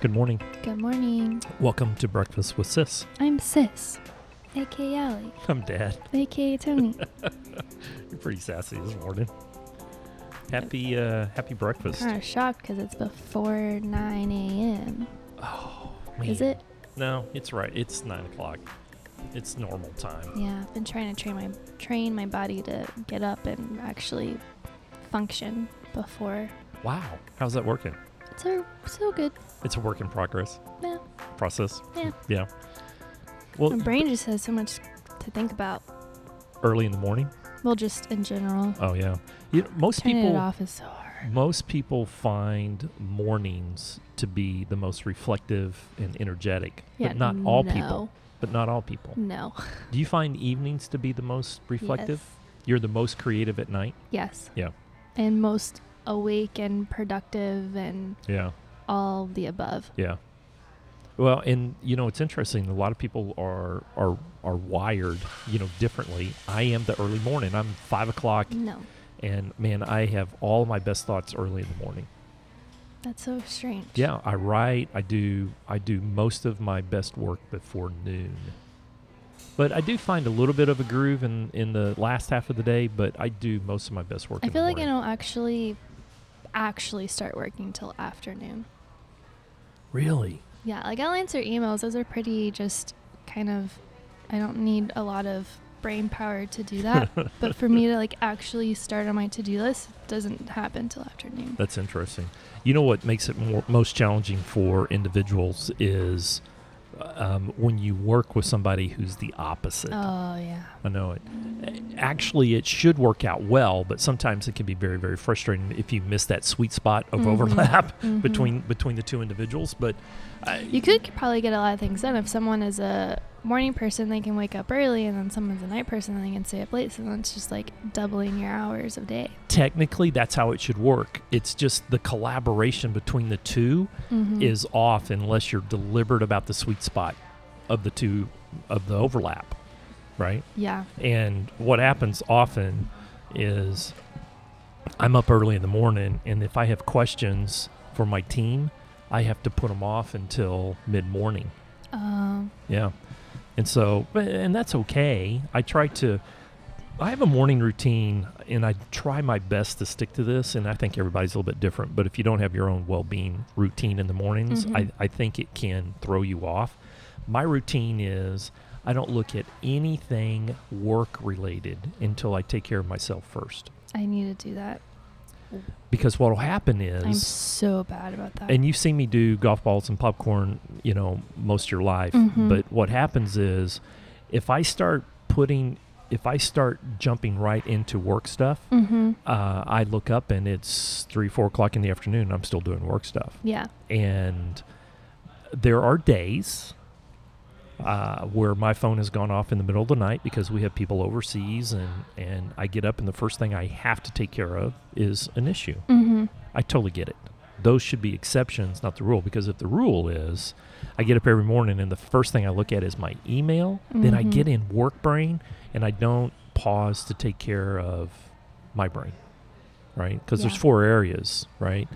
Good morning. Good morning. Welcome to Breakfast with Sis. I'm Sis, aka Allie, I'm Dad. aka Tony. You're pretty sassy this morning. Happy uh happy breakfast. kind of shocked because it's before 9 a.m. Is Man. it? No, it's right. It's nine o'clock. It's normal time. Yeah, I've been trying to train my train my body to get up and actually function before. Wow. How's that working? It's a, so good. It's a work in progress. Yeah, Process. yeah. Yeah. Well My brain just has so much to think about. early in the morning. Well, just in general, Oh yeah. You know, most turning people it off is so hard. Most people find mornings to be the most reflective and energetic, Yeah, but not all no, people. But not all people. No. Do you find evenings to be the most reflective? You're the most creative at night? Yes. Yeah. And most awake and productive and Yeah. all the above. Yeah. Well, and you know, it's interesting. A lot of people are are are wired, you know, differently. I am the early morning. I'm five o'clock, No. and man, I have all my best thoughts early in the morning. That's so strange. Yeah, I write. I do. I do most of my best work before noon. But I do find a little bit of a groove in in the last half of the day. But I do most of my best work. I in the feel like I morning. don't actually actually start working till afternoon. Really? Yeah, like I'll answer emails. Those are pretty just kind of I don't need a lot of brain power to do that. but for me to like actually start on my to-do list doesn't happen till afternoon. That's interesting. You know what makes it more, most challenging for individuals is um, when you work with somebody who's the opposite. Oh yeah. I know it. Actually, it should work out well, but sometimes it can be very, very frustrating if you miss that sweet spot of Mhm. overlap Mhm. between between the two individuals. But uh, I, Mm-hmm. You could probably get a lot of things done. If someone is a morning person, they can wake up early, and then someone's a night person, they can stay up late. So then it's just like doubling your hours of day. technically, that's how it should work. It's just the collaboration between the 2 Mhm. is off unless you're deliberate about the sweet spot of the two of the overlap, right? Yeah. And what happens often is I'm up early in the morning, and if I have questions for my team, I have to put them off until mid morning. Um, Yeah. And so, but- and that's okay. I try to, I have a morning routine and I try my best to stick to this. And I think everybody's a little bit different. But if you don't have your own well being routine in the mornings, Mhm. I, I think it can throw you off. My routine is I don't look at anything work related until I take care of myself first. I need to do that. Because what will happen is. I'm so bad about that. and you've seen me do golf balls and popcorn, you know, most of your life. Mhm. But what happens is if I start putting, if I start jumping right into work stuff, mm-hmm. uh, I look up and it's three, four o'clock in the afternoon. and I'm still doing work stuff. Yeah. And there are days uh, where my phone has gone off in the middle of the night because we have people overseas and, and I get up and the first thing I have to take care of is an issue. Mm-hmm. I totally get it. Those should be exceptions, not the rule. Because if the rule is I get up every morning and the first thing I look at is my email, then I Mhm. get in work brain and I don't pause to take care of my brain, right? Because there's Yeah. four areas, right?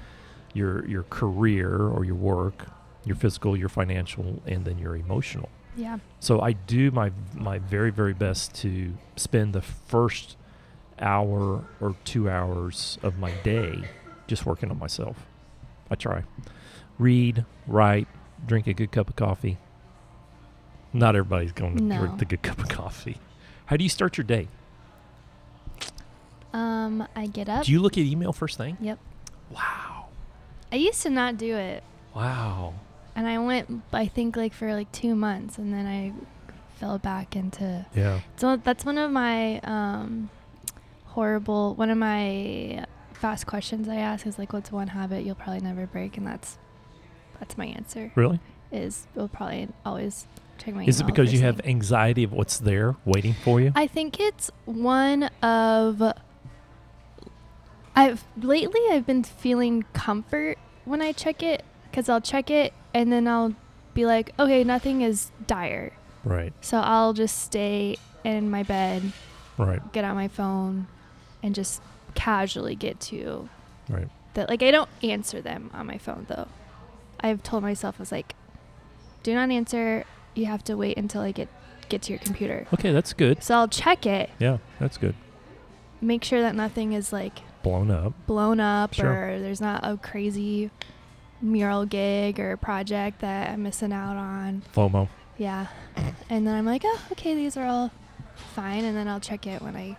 Your your career or your work, your physical, your financial, and then your emotional. Yeah. So I do my my very very best to spend the first hour or two hours of my day just working on myself. I try, read, write, drink a good cup of coffee. Not everybody's going to No. drink the good cup of coffee. How do you start your day? Um, I get up. Do you look at email first thing? yep. Wow, I used to not do it, wow. and I went. I think like for like two months, and then I fell back into. Yeah. So that's one of my um, horrible. One of my fast questions I ask is like, "What's one habit you'll probably never break?" And that's that's my answer. Really? Is we'll probably always check my. Is it email because you first have thing. anxiety of what's there waiting for you? I think it's one of I've lately I've been feeling comfort when I check it cuz I'll check it and then I'll be like, "Okay, nothing is dire." Right. So I'll just stay in my bed, Right. get on my phone, and just casually get to Right. that. Like I don't answer them on my phone though. I've told myself I was like, do not answer. You have to wait until I get get to your computer. Okay, that's good. So I'll check it, Yeah, that's good. make sure that nothing is like Blown up. blown up Sure. or there's not a crazy mural gig or project that I'm missing out on. FOMO. Yeah. And then I'm like, oh, okay, these are all fine. And then I'll check it when I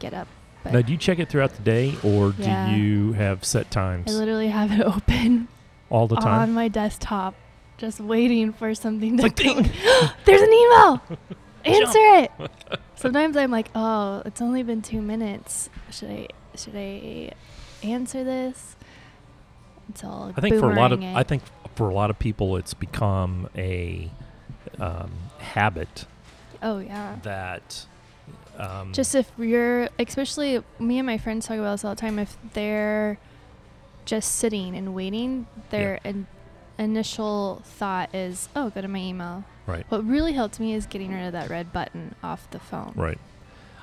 get up. But Now, do you check it throughout the day, or do Yeah. you have set times I literally have it open all the on time? my desktop, just waiting for something to come. there's an email. Answer it. Sometimes I'm like, oh, it's only been two minutes. Should I should I answer this? It's all. I think for a lot of boomerang I it. think for a lot of people, it's become a um, habit Oh yeah. that um, Just if you're, especially me and my friends talk about this all the time. If they're just sitting and waiting, their in- initial thought is, "Oh, go to my email." Right. What really helped me is getting rid of that red button off the phone. Right.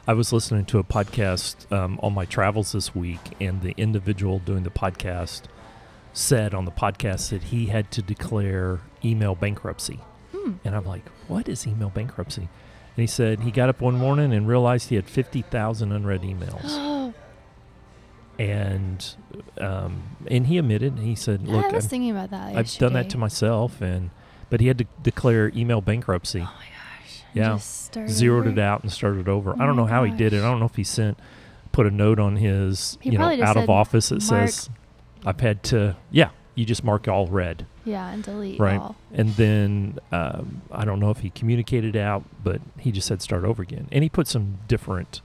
I was listening to a podcast um, on my travels this week, and the individual doing the podcast said on the podcast that he had to declare email bankruptcy. Hmm. And I'm like, what is email bankruptcy? And he said he got up one morning and realized he had 50,000 unread emails. and um, and he admitted, and he said, look, I was I've, thinking about that. I've done that to myself. and But he had to declare email bankruptcy Oh my gosh. I Yeah. just started zeroed it over. out and started over. I Oh don't my know how he did it. I gosh. don't know if he sent put a note on his He you know probably just out of said, office that "Mark." says I've had to yeah you just mark all red Yeah, and delete Right. all. and then um, I don't know if he communicated out but he just said start over again and he put some different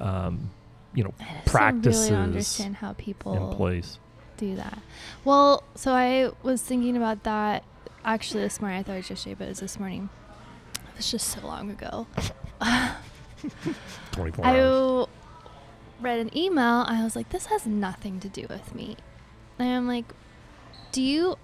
um, you know I just practices really don't understand how people in place do that. Well, so I was thinking about that actually this morning. I thought it was yesterday, but it was this morning. It was just so long ago. 24 I hours w- read an email. I was like, this has nothing to do with me. And I'm like, do you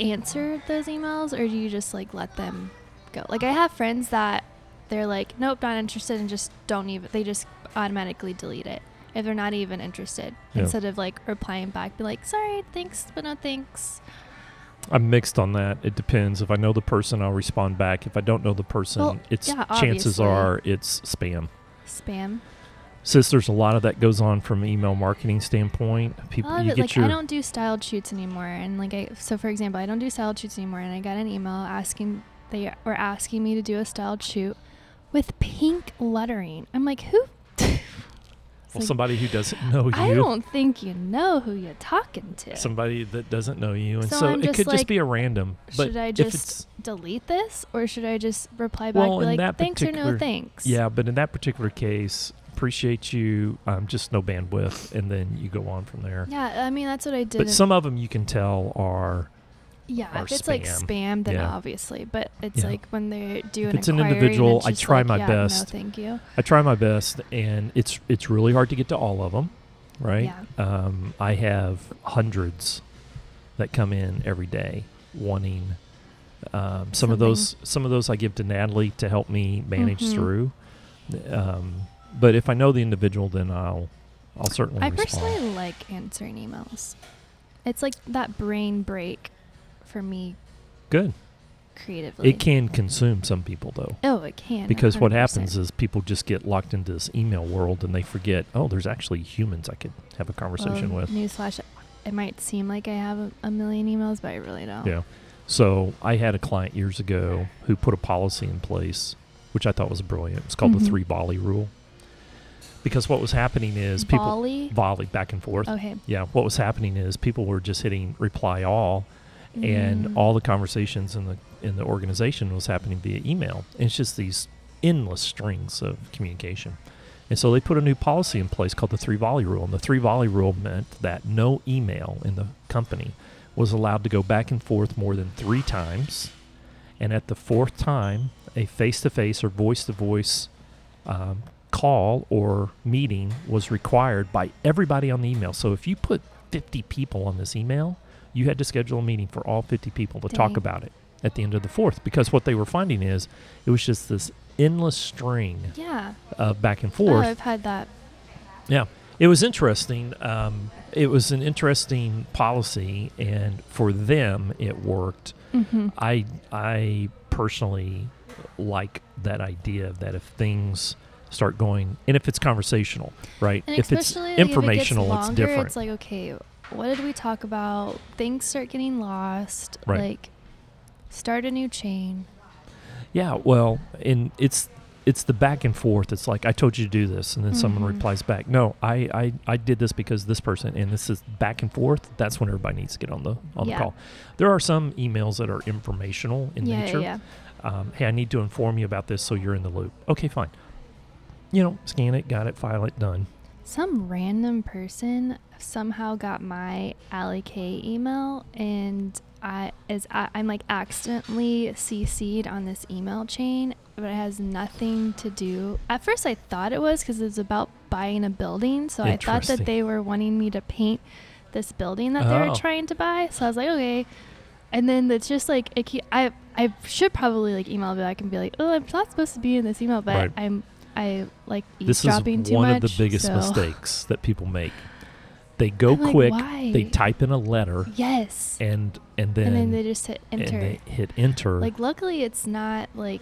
answer those emails or do you just like let them go? Like, I have friends that they're like, nope, not interested, and just don't even, they just automatically delete it if they're not even interested Yeah. instead of like replying back, be like, sorry, thanks, but no thanks. I'm mixed on that it depends if I know the person I'll respond back if I don't know the person Well, it's yeah, chances obviously. are it's spam Spam. since there's a lot of that goes on from email marketing standpoint, A people lot of you it, get like your I don't do styled shoots anymore, and like I so for example, I don't do styled shoots anymore, and I got an email asking they were asking me to do a styled shoot with pink lettering. I'm like, who? It's well, like, somebody who doesn't know I you, don't think you know who you're talking to. somebody that doesn't know you, and so, So I'm it just could just like, be a random. But should I if just it's- delete this, or should I just reply back Well, and be in like, that thanks or no particular- thanks? yeah, but in that particular case, appreciate you, um, just no bandwidth, and then you go on from there. Yeah, I mean that's what I did. but in- some of them you can tell are yeah, are if it's like spam. spam, then Yeah. obviously. But it's Yeah. like when they do If an it's an inquiry and individual, I just try like, my yeah, best. No, thank you. I try my best, and it's it's really hard to get to all of them, right? Yeah. Um, I have hundreds that come in every day wanting. Um, some Something. of those, some of those, I give to Natalie to help me manage Mhm. through. Um, but if I know the individual, then I'll, I'll certainly I respond. personally like answering emails. It's like that brain break for me Good. creatively. It can consume some people though, Oh, it can. because what 100%. happens is people just get locked into this email world and they forget. Oh, there's actually humans I could have a conversation well, with. Um, Newsflash: It might seem like I have a, a million emails, but I really don't. Yeah. So I had a client years ago who put a policy in place, which I thought was brilliant. It's called Mhm. the three volley rule. Because what was happening is people Volley? volley back and forth. Okay. Yeah. What was happening is people were just hitting reply all, and Mm. all the conversations in the in the organization was happening via email. And it's just these endless strings of communication. And so they put a new policy in place called the three volley rule. And the three volley rule meant that no email in the company was allowed to go back and forth more than three times. And at the fourth time, a face to face or voice to voice call or meeting was required by everybody on the email. So if you put 50 people on this email, you had to schedule a meeting for all 50 people to talk Dang. about it. at the end of the fourth because what they were finding is it was just this endless string Yeah. of back and Oh, forth. I've had that. It was interesting. Um, it was an interesting policy, and for them, it worked. hmm I I personally like that idea that if things start going, and if it's conversational, right? And if it's especially like, if it gets informational, it's longer, different. It's like, okay, what did we talk about? Things start getting lost. Right. Like, start a new chain. Yeah, well, and it's it's the back and forth. It's like I told you to do this, and then someone Mhm. replies back, "No, I, I I did this because this person," and this is back and forth. That's when everybody needs to get on the on Yeah. the call. There are some emails that are informational in yeah, nature. yeah, Um, hey, I need to inform you about this, so you're in the loop. Okay, fine. You know, scan it, got it, file it, done. yeah. Some random person somehow got my Ally K email, and I is I, I'm like accidentally CC'd on this email chain, but it has nothing to do. At first, I thought it was because it's about buying a building, so I thought Interesting. that they were wanting me to paint this building that they Oh. were trying to buy. So I was like, okay. And then it's just like it keep, I I should probably like email back and be like, oh, I'm not supposed to be in this email, but Right. I'm I like This is eavesdropping too one much. of the biggest so- mistakes that people make. They go I'm like, quick. They why? type in a letter, Yes. and and then And then they just hit and enter. they hit enter. Like luckily, it's not like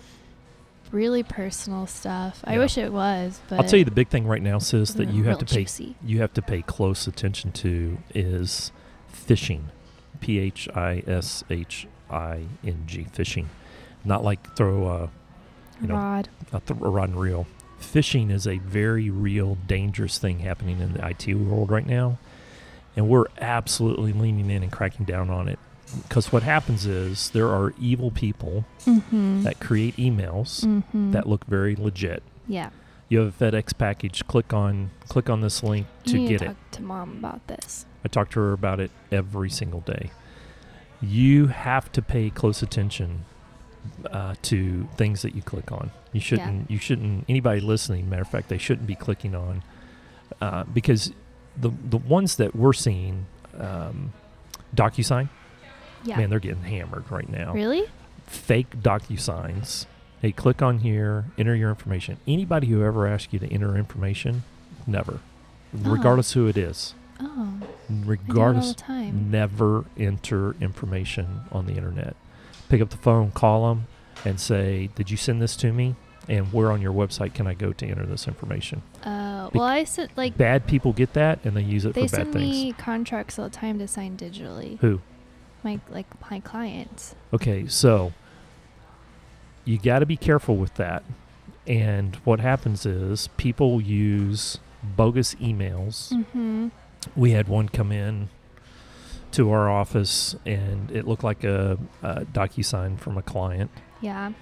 really personal stuff. I Yeah. wish it was, but I'll tell you the big thing right now, sis, that Mm, you have real to pay juicy. you have to pay close attention to is phishing, P H I S H I N G phishing, not like throw a, you know, rod. a, th- a rod and reel. Phishing is a very real, dangerous thing happening in the IT world right now, and we're absolutely leaning in and cracking down on it. Because what happens is there are evil people Mm-hmm. that create emails mm-hmm. that look very legit. yeah. you have a FedEx package. Click on click on this link You to need get to it. talk to mom about this. I talk to her about it every single day. You have to pay close attention uh, to things that you click on. You shouldn't. You shouldn't. Anybody listening, matter of fact, they shouldn't be clicking on uh, because the the ones that we're seeing, um, DocuSign, Yeah. man, they're getting hammered right now really? fake DocuSigns. Hey, click on here, enter your information. Anybody who ever asks you to enter information, never. Regardless who it is. Oh, I do it all the Regardless, time. never enter information on the internet. Pick up the phone, call them, and say, Did you send this to me? And where on your website can I go to enter this information? Uh, Bec- well, I sent like bad people get that and they use it they for bad send things. me contracts all the time to sign digitally. who? My like my clients. Okay, so you got to be careful with that. And what happens is people use bogus emails. Mm-hmm. We had one come in to our office and it looked like a, a DocuSign from a client. Yeah.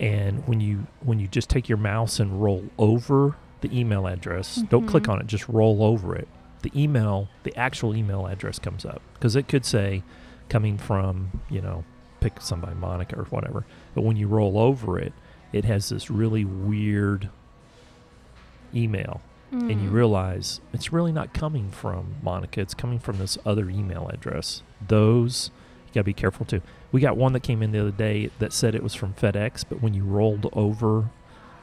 And when you when you just take your mouse and roll over the email address, don't click Mhm. on it, just roll over it. The email, the actual email address comes up because it could say coming from, you know, pick somebody Monica or whatever. But when you roll over it, it has this really weird email and you Mm. realize it's really not coming from Monica. It's coming from this other email address. Those you gotta be careful too. We got one that came in the other day that said it was from FedEx, but when you rolled over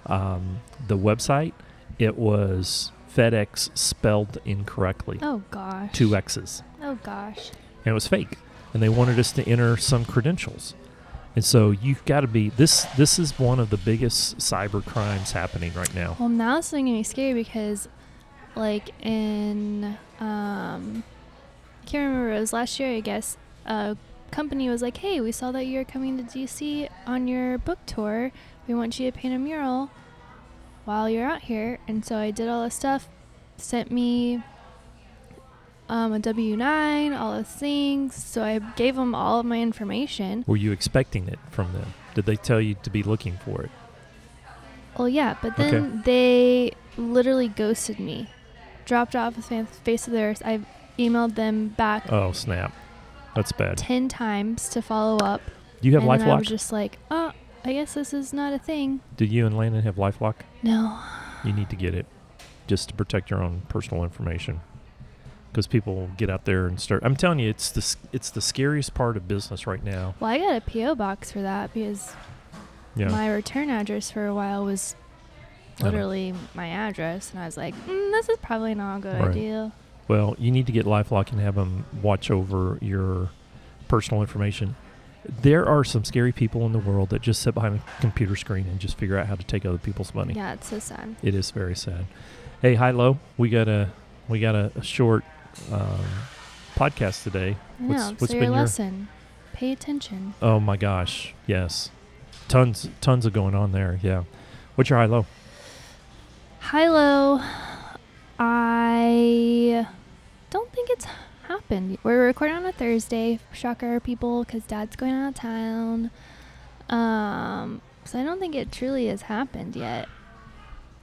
um, the website, it was FedEx spelled incorrectly. Oh gosh. Two X's, Oh gosh. and it was fake. And they wanted us to enter some credentials. And so you've got to be this. This is one of the biggest cyber crimes happening right now. Well, now it's going to be scary because, like in um, I can't remember. It was last year, I guess. A company was like, "Hey, we saw that you're coming to DC on your book tour. We want you to paint a mural while you're out here." And so I did all this stuff. Sent me um, a W nine, all those things. So I gave them all of my information. Were you expecting it from them? Did they tell you to be looking for it? Well, yeah, but Okay. then they literally ghosted me, dropped off the fa- face of the earth. I've emailed them back Oh snap, that's bad. ten times to follow up, Do you have and then I was LifeLock? just like, "Oh, I guess this is not a thing." Do you and Landon have LifeLock? No, You need to get it, just to protect your own personal information. because people get out there and start. I'm telling you, it's the s- it's the scariest part of business right now. Well, I got a PO box for that because Yeah, my return address for a while was I know. literally my address, and I was like, mm, this is probably not a good Right. idea. Well, you need to get LifeLock and have them watch over your personal information. There are some scary people in the world that just sit behind a computer screen and just figure out how to take other people's money. Yeah, it's so sad. It is very sad. Hey, hi, low. We got a we got a, a short um, podcast today. I What's- know. what's so been your your- lesson, pay attention. Oh my gosh, yes, tons tons of going on there. Yeah, what's your high low? Hi, low. I don't think it's happened. We're recording on a Thursday. Shocker, people, because Dad's going out of town. Um, so I don't think it truly has happened yet.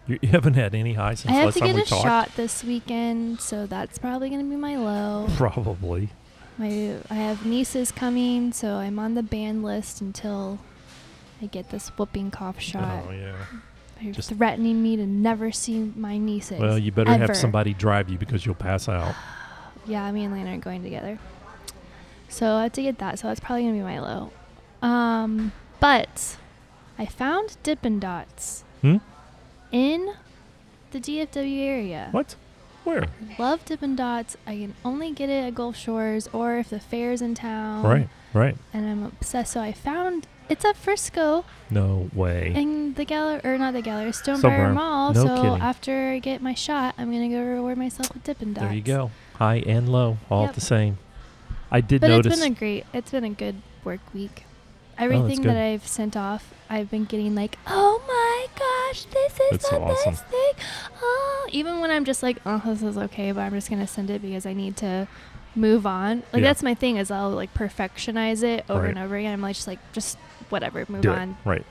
You, you haven't had any high since I have last to time get we a talked. shot this weekend, so that's probably going to be my low. Probably. My I have nieces coming, so I'm on the ban list until I get this whooping cough shot. Oh yeah. You're just- threatening me to never see my nieces. Well, you better ever. have somebody drive you because you'll pass out. Yeah, me and Lana are going together. So I have to get that. So that's probably gonna be my low. Um, but I found Dippin' Dots Hmm? in the DFW area. What? Where? Love Dippin' Dots. I can only get it at Gulf Shores or if the fair's in town. right, right. And I'm obsessed. So I found it's at Frisco No way. in the gallery, or not the gallery, Somewhere. Stonebriar Mall. No so kidding. after I get my shot, I'm gonna go reward myself with Dippin' Dots. There you go. High and low, all Yep. the same. I did But notice. Oh, it's been a great, it's been a good work week. Everything good. that I've sent off, I've been getting like, oh my gosh, this is That's the so awesome. best thing. Oh, even when I'm just like, oh, this is okay, but I'm just gonna send it because I need to move on. Like Yeah. that's my thing is I'll like perfectionize it over Right. and over again. I'm like just like just whatever, move Do it. on. Right.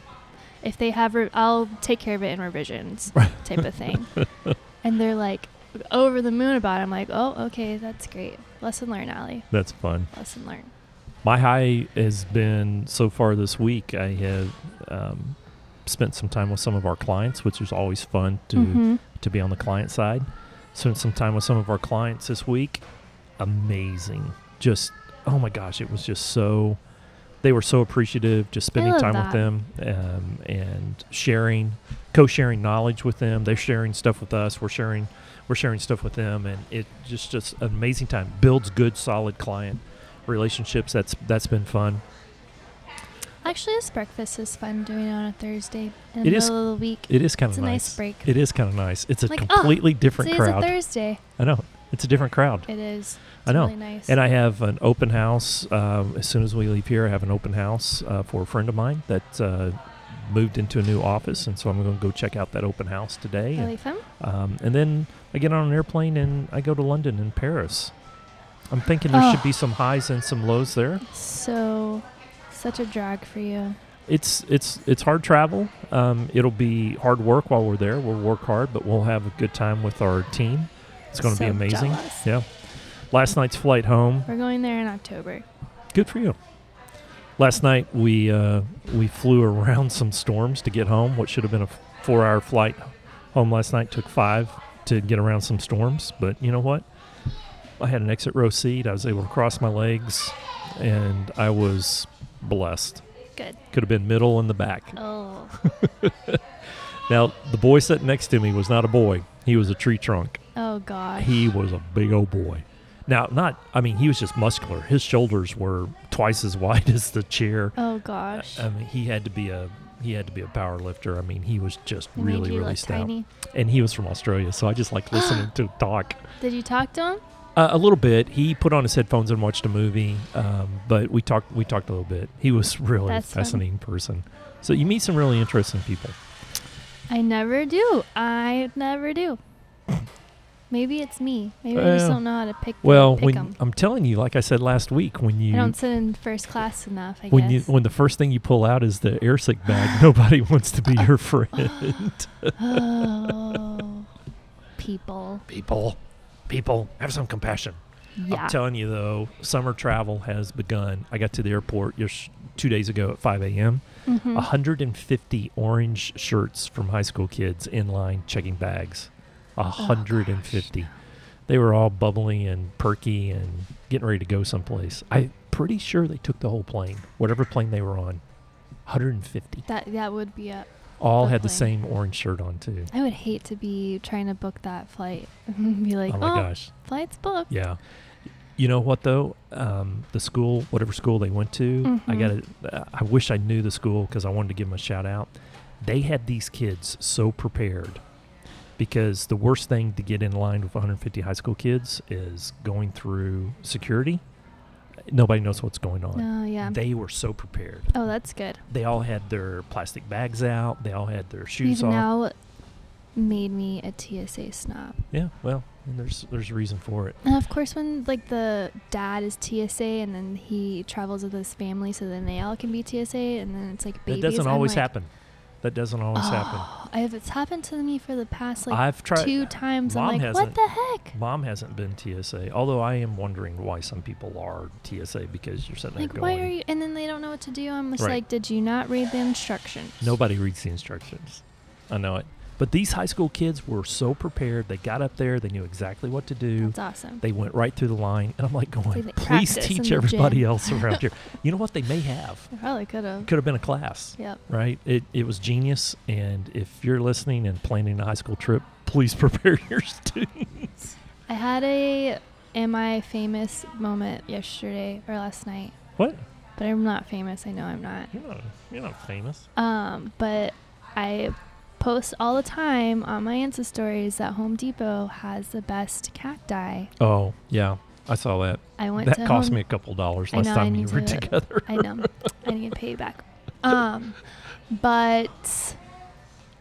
If they have, re- I'll take care of it in revisions type of thing. and they're like over the moon about. it. I'm like, oh, okay, that's great. Lesson learned, Allie. That's fun. Lesson learned. My high has been so far this week. I have um, spent some time with some of our clients, which is always fun to Mhm. to be on the client side. Spent some time with some of our clients this week. Amazing. Just oh my gosh, it was just so. They were so appreciative, just spending love time that. with them um, and sharing, co-sharing knowledge with them. They're sharing stuff with us. We're sharing, we're sharing stuff with them, and it just just an amazing time. Builds good, solid client relationships. That's that's been fun. Actually, this breakfast is fun doing it on a Thursday in the It middle is of the week. It is kind It's of a nice break. It is kind of nice. It's a Like, oh, completely different Today's a crowd. Thursday. I know. It's a different crowd. It is. I It's know. Really nice. And I have an open house. Um, as soon as we leave here, I have an open house uh, for a friend of mine that uh, moved into a new office, and so I'm going to go check out that open house today. Really fun. And, um, and then I get on an airplane and I go to London and Paris. I'm thinking there Oh. should be some highs and some lows there. So, such a drag for you. It's it's it's hard travel. Um, it'll be hard work while we're there. We'll work hard, but we'll have a good time with our team. It's going to So be amazing. jealous. Yeah. Last night's flight home. We're going there in October. Good for you. Last night we uh, we flew around some storms to get home. What should have been a four-hour flight home last night took five to get around some storms. But you know what? I had an exit row seat. I was able to cross my legs, and I was blessed. Good. Could have been middle and the back. Oh, Now the boy sitting next to me was not a boy. He was a tree trunk. oh God. He was a big old boy. Now, not I mean, he was just muscular. His shoulders were twice as wide as the chair. Oh gosh. I mean, he had to be a he had to be a power lifter. I mean, he was just They made really you really look stout, tiny. and he was from Australia, so I just like listening to him talk Did you talk to him? uh, a little bit. He put on his headphones and watched a movie, um, but we talked we talked a little bit. He was really That's a fun. fascinating person. So you meet some really interesting people. I never do. I never do. Maybe it's me. Maybe I just Well, don't know how to pick. Well, pick when 'em. I'm telling you, like I said last week, when I you don't sit in first class enough. I when you guess. when the first thing you pull out is the airsick bag, nobody wants to be your friend. oh, people. People, people, have some compassion. Yeah. I'm telling you though, summer travel has begun. I got to the airport just two days ago at 5 a.m. Mhm. 150 orange Oh, shirts from high school kids in line checking bags. 150. they were all bubbly and perky and getting ready to go someplace. I'm pretty sure they took the whole plane, whatever plane they were on, 150. That that would be up. All the had the plane. same orange shirt on too. I would hate to be trying to book that flight. be like, oh oh, my gosh. flight's booked. Yeah. You know what though? Um, the school, whatever school they went to, I Mhm. got. to I wish I knew the school because I wanted to give them a shout out. They had these kids so prepared because the worst thing to get in line with 150 high school kids is going through security. Nobody knows what's going on. No, Oh, yeah. They were so prepared. oh, that's good. They all had their plastic bags out. They all had their shoes You've off. now made me a TSA snob. yeah. Well, and there's there's a reason for it. And of course, when like the dad is TSA and then he travels with his family, so then they all can be TSA, and then it's like babies. That doesn't I'm always like, happen. That doesn't always happen. "Oh, If it's happened to me for the past like I've tried. two times, Mom I'm like, hasn't. what the heck? Mom hasn't been TSA, although I am wondering why some people are TSA because you're sitting there Like, going. why are you? And then they don't know what to do. I'm just Right. like, did you not read the instructions? Nobody reads the instructions. I know it. But these high school kids were so prepared. They got up there. They knew exactly what to do. That's awesome. They went right through the line, and I'm like going, they please practice in teach the everybody gym." else around here. You know what? They may have. I probably could have. Could have been a class, Yep. right? It it was genius. And if you're listening and planning a high school trip, please prepare your students. I had a am I famous moment yesterday or last night, What? but I'm not famous. I know I'm not. You're not, you're not famous. Um, but I post all the time on my Insta stories that Home Depot has the best cacti. Oh yeah, I saw that. I went that to cost Home- me a couple dollars I last know, I time you need were to- together. I know. I need to pay you back. Um, but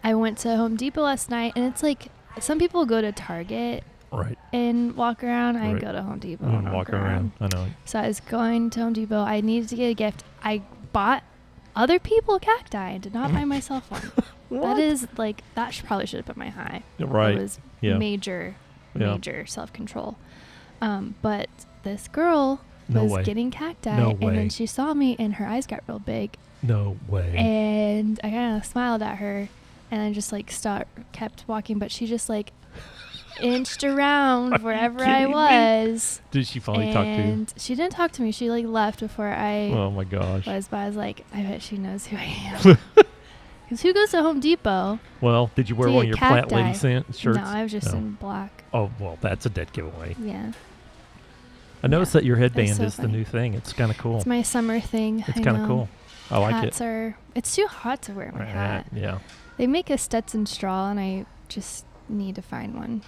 I went to Home Depot last night, and it's like some people go to Target right. and walk around. I Right. go to Home Depot I'm and gonna walk around. I know. So Oh, I was going to Home Depot. I needed to get a gift. I bought other people cacti. I did not buy myself one. That is like that should, probably should have been my high. Right. It was Yeah. major, Yeah. major self control. Um, but this girl No was way. getting cacti, No and way. then she saw me, and her eyes got real big, No way. and I kind of smiled at her, and I just like start kept walking, but she just like inched Are around you wherever I kidding me? was, Did she finally talk to you? and she didn't talk to me. She like left before I Oh my gosh. was, but I was like, I bet she knows who I am. Because who goes to Home Depot? Well, did you wear to one of get your flat cacti. lady scent shirts? No, I was just No. in black. oh well, that's a dead giveaway. Yeah. I noticed that your headband so is the funny. new thing. It's kind of cool. It's my summer thing. It's I kind of know. cool. I like Hats are. It's too hot to wear it. my Right, hat. Yeah. They make a Stetson straw, and I just need to find one.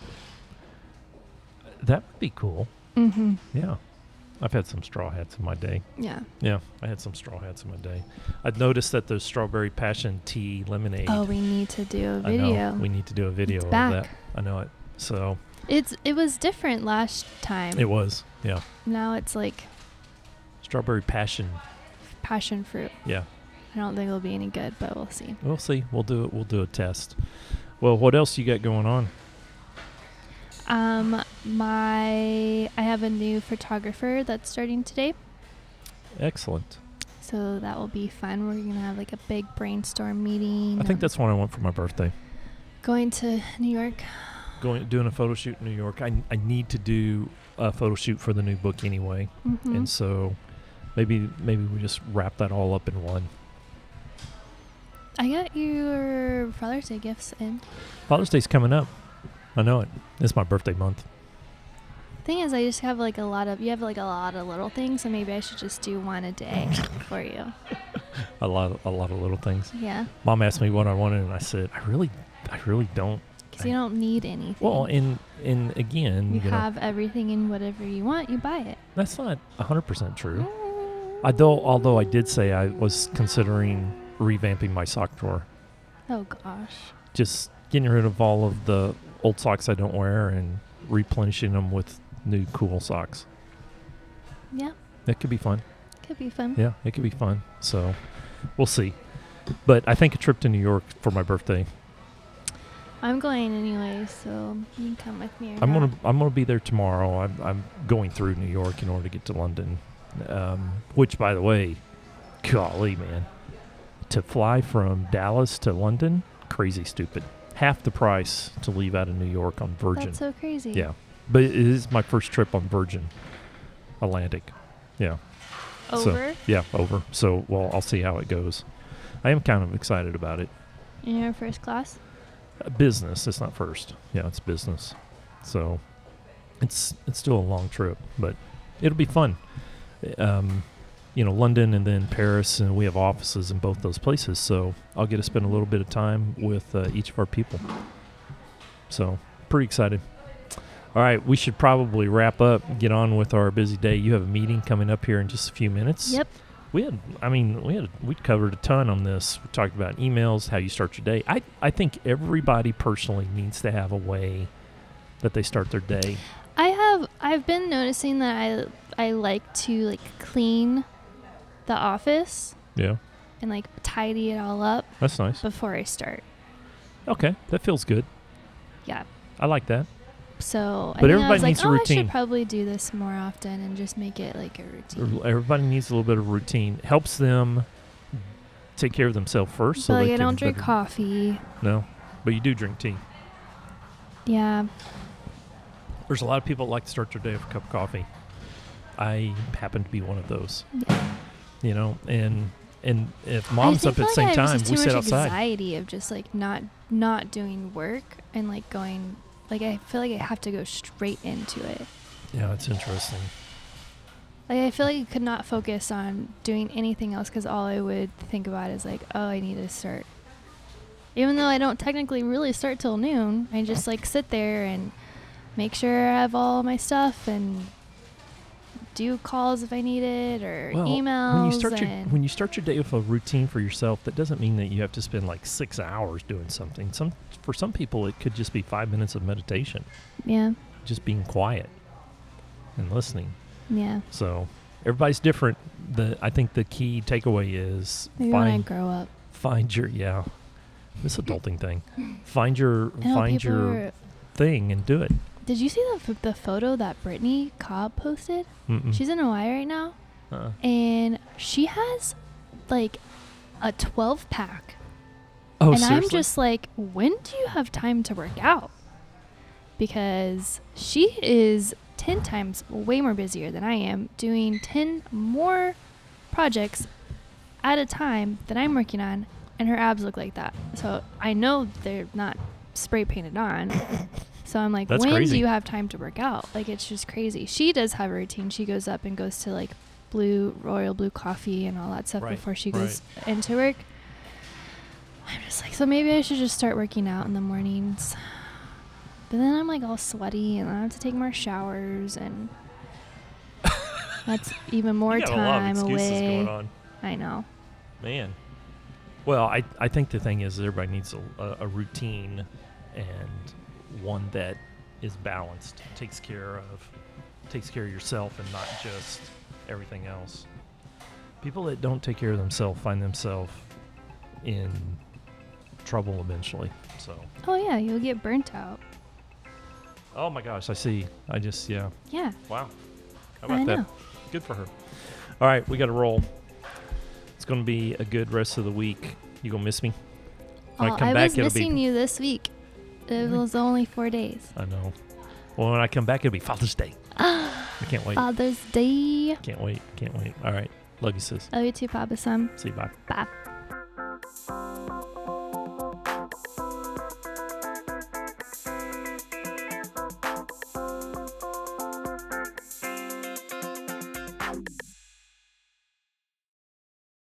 That would be cool. Mm-hmm. Yeah. I've had some straw hats in my day. Yeah. Yeah, I had some straw hats in my day. I'd noticed that the strawberry passion tea lemonade. Oh, we need to do a I know. video. We need to do a video It's of that. back. I know it. So It's it was different last time. it was. Yeah. now it's like Strawberry passion. passion fruit. Yeah. I don't think it'll be any good, but we'll see. We'll see. We'll do it. We'll do a test. Well, what else you got going on? Um, my I have a new photographer that's starting today, Excellent. so that will be fun. We're gonna have like a big brainstorm meeting. I think um, that's what I want for my birthday. going to New York. Going doing a photo shoot in New York. I I need to do a photo shoot for the new book anyway, Mhm. and so maybe maybe we just wrap that all up in one. I got your Father's Day gifts in. Father's Day's coming up. I know it. It's my birthday month. Thing is, I just have like a lot of you have like a lot of little things, so maybe I should just do one a day for you. A lot of, a lot of little things. Yeah, Mom asked me what I wanted, and I said I really I really don't. because you don't need anything. Well, and and again, you you, know, have everything and whatever you want, you buy it. that's not hundred percent true. Although, although I did say I was considering revamping my sock drawer, Oh gosh. just getting rid of all of the old socks I don't wear and replenishing them with new cool socks. Yeah, That could be fun. could be fun. Yeah, it could be fun. So we'll see. But I think a trip to New York for my birthday. I'm going anyway, so you can come with me. Or I'm not. gonna I'm gonna be there tomorrow. I'm I'm going through New York in order to get to London. Um, which, by the way, golly man, to fly from Dallas to London, crazy stupid. Half the price to leave out of New York on Virgin. That's so crazy. yeah, But it is my first trip on Virgin Atlantic. Yeah. So- Over? Yeah, over. So, well, I'll see how it goes. I am kind of excited about it. in your first class? Uh, business, it's not first. Yeah, it's business. So, it's it's still a long trip, but it'll be fun. Um, you know, London and then Paris, and we have offices in both those places. So, I'll get to spend a little bit of time with uh, each of our people. So, pretty excited. All right, we should probably wrap up, get on with our busy day. You have a meeting coming up here in just a few minutes. Yep. We had, I mean, we had, we covered a ton on this. We talked about emails, how you start your day. I, I think everybody personally needs to have a way that they start their day. I have I've been noticing that I I like to like clean the office Yeah, and like tidy it all up that's nice. before I start. Okay, that feels good. Yeah. I like that. So But I think I everybody was like, needs a oh, I routine." should probably do this more often and just make it like a routine. Everybody needs a little bit of routine. Helps them take care of themselves first. so but like they I can don't drink better- coffee. No, but you do drink tea. Yeah. There's a lot of people that like to start their day with a cup of coffee. I happen to be one of those. Yeah. You know, and and if mom's I up think, at the like, same I have time, just we too sit much outside. Anxiety of just like not not doing work and like going like I feel like I have to go straight into it. Yeah, it's interesting. Like I feel like I could not focus on doing anything else because all I would think about is like, oh, I need to start. Even though I don't technically really start till noon, I just like sit there and make sure I have all my stuff and do calls if I need it or Well, emails. when you start your and when you start your day with a routine for yourself, that doesn't mean that you have to spend like six hours doing something. Some for some people, it could just be five minutes of meditation, yeah, just being quiet and listening. yeah. So everybody's different. The I think the key takeaway is Maybe when I find grow up, find your yeah this adulting thing. Find your I know find people your Are, thing and do it. did you see the f- the photo that Brittany Cobb posted? Mm-mm. She's in Hawaii right now. uh, and she has like a 12 pack oh, and i'm seriously? just like when do you have time to work out because she is 10 times way more busier than i am doing 10 more projects at a time that i'm working on and her abs look like that so i know they're not spray painted on so i'm like That's when crazy. do you have time to work out like it's just crazy she does have a routine she goes up and goes to like blue royal blue coffee and all that stuff Right, before she goes into work I'm just like, so maybe I should just start working out in the mornings. But then I'm like all sweaty and I have to take more showers and that's even more You got a lot of time excuses away. going on. I know. Man. Well, I, I think the thing is everybody needs a, a, a routine and one that is balanced, takes care of takes care of yourself and not just everything else. People that don't take care of themselves find themselves in trouble eventually. So, Oh yeah, you'll get burnt out. oh my gosh, I see. I just yeah. Yeah. Wow. How about I that? know. Good for her. All right, we got to roll. It's going to be a good rest of the week. You going to miss me? When I Oh, come I back, was it'll be- missing you this week. It Mm. was only four days. I know. Well, when I come back, it'll be Father's Day. I can't wait. Uh, Father's Day. Can't wait. Can't wait. All right. Love you, sis. Love you too, Papa Sam. See you. Bye. Bye.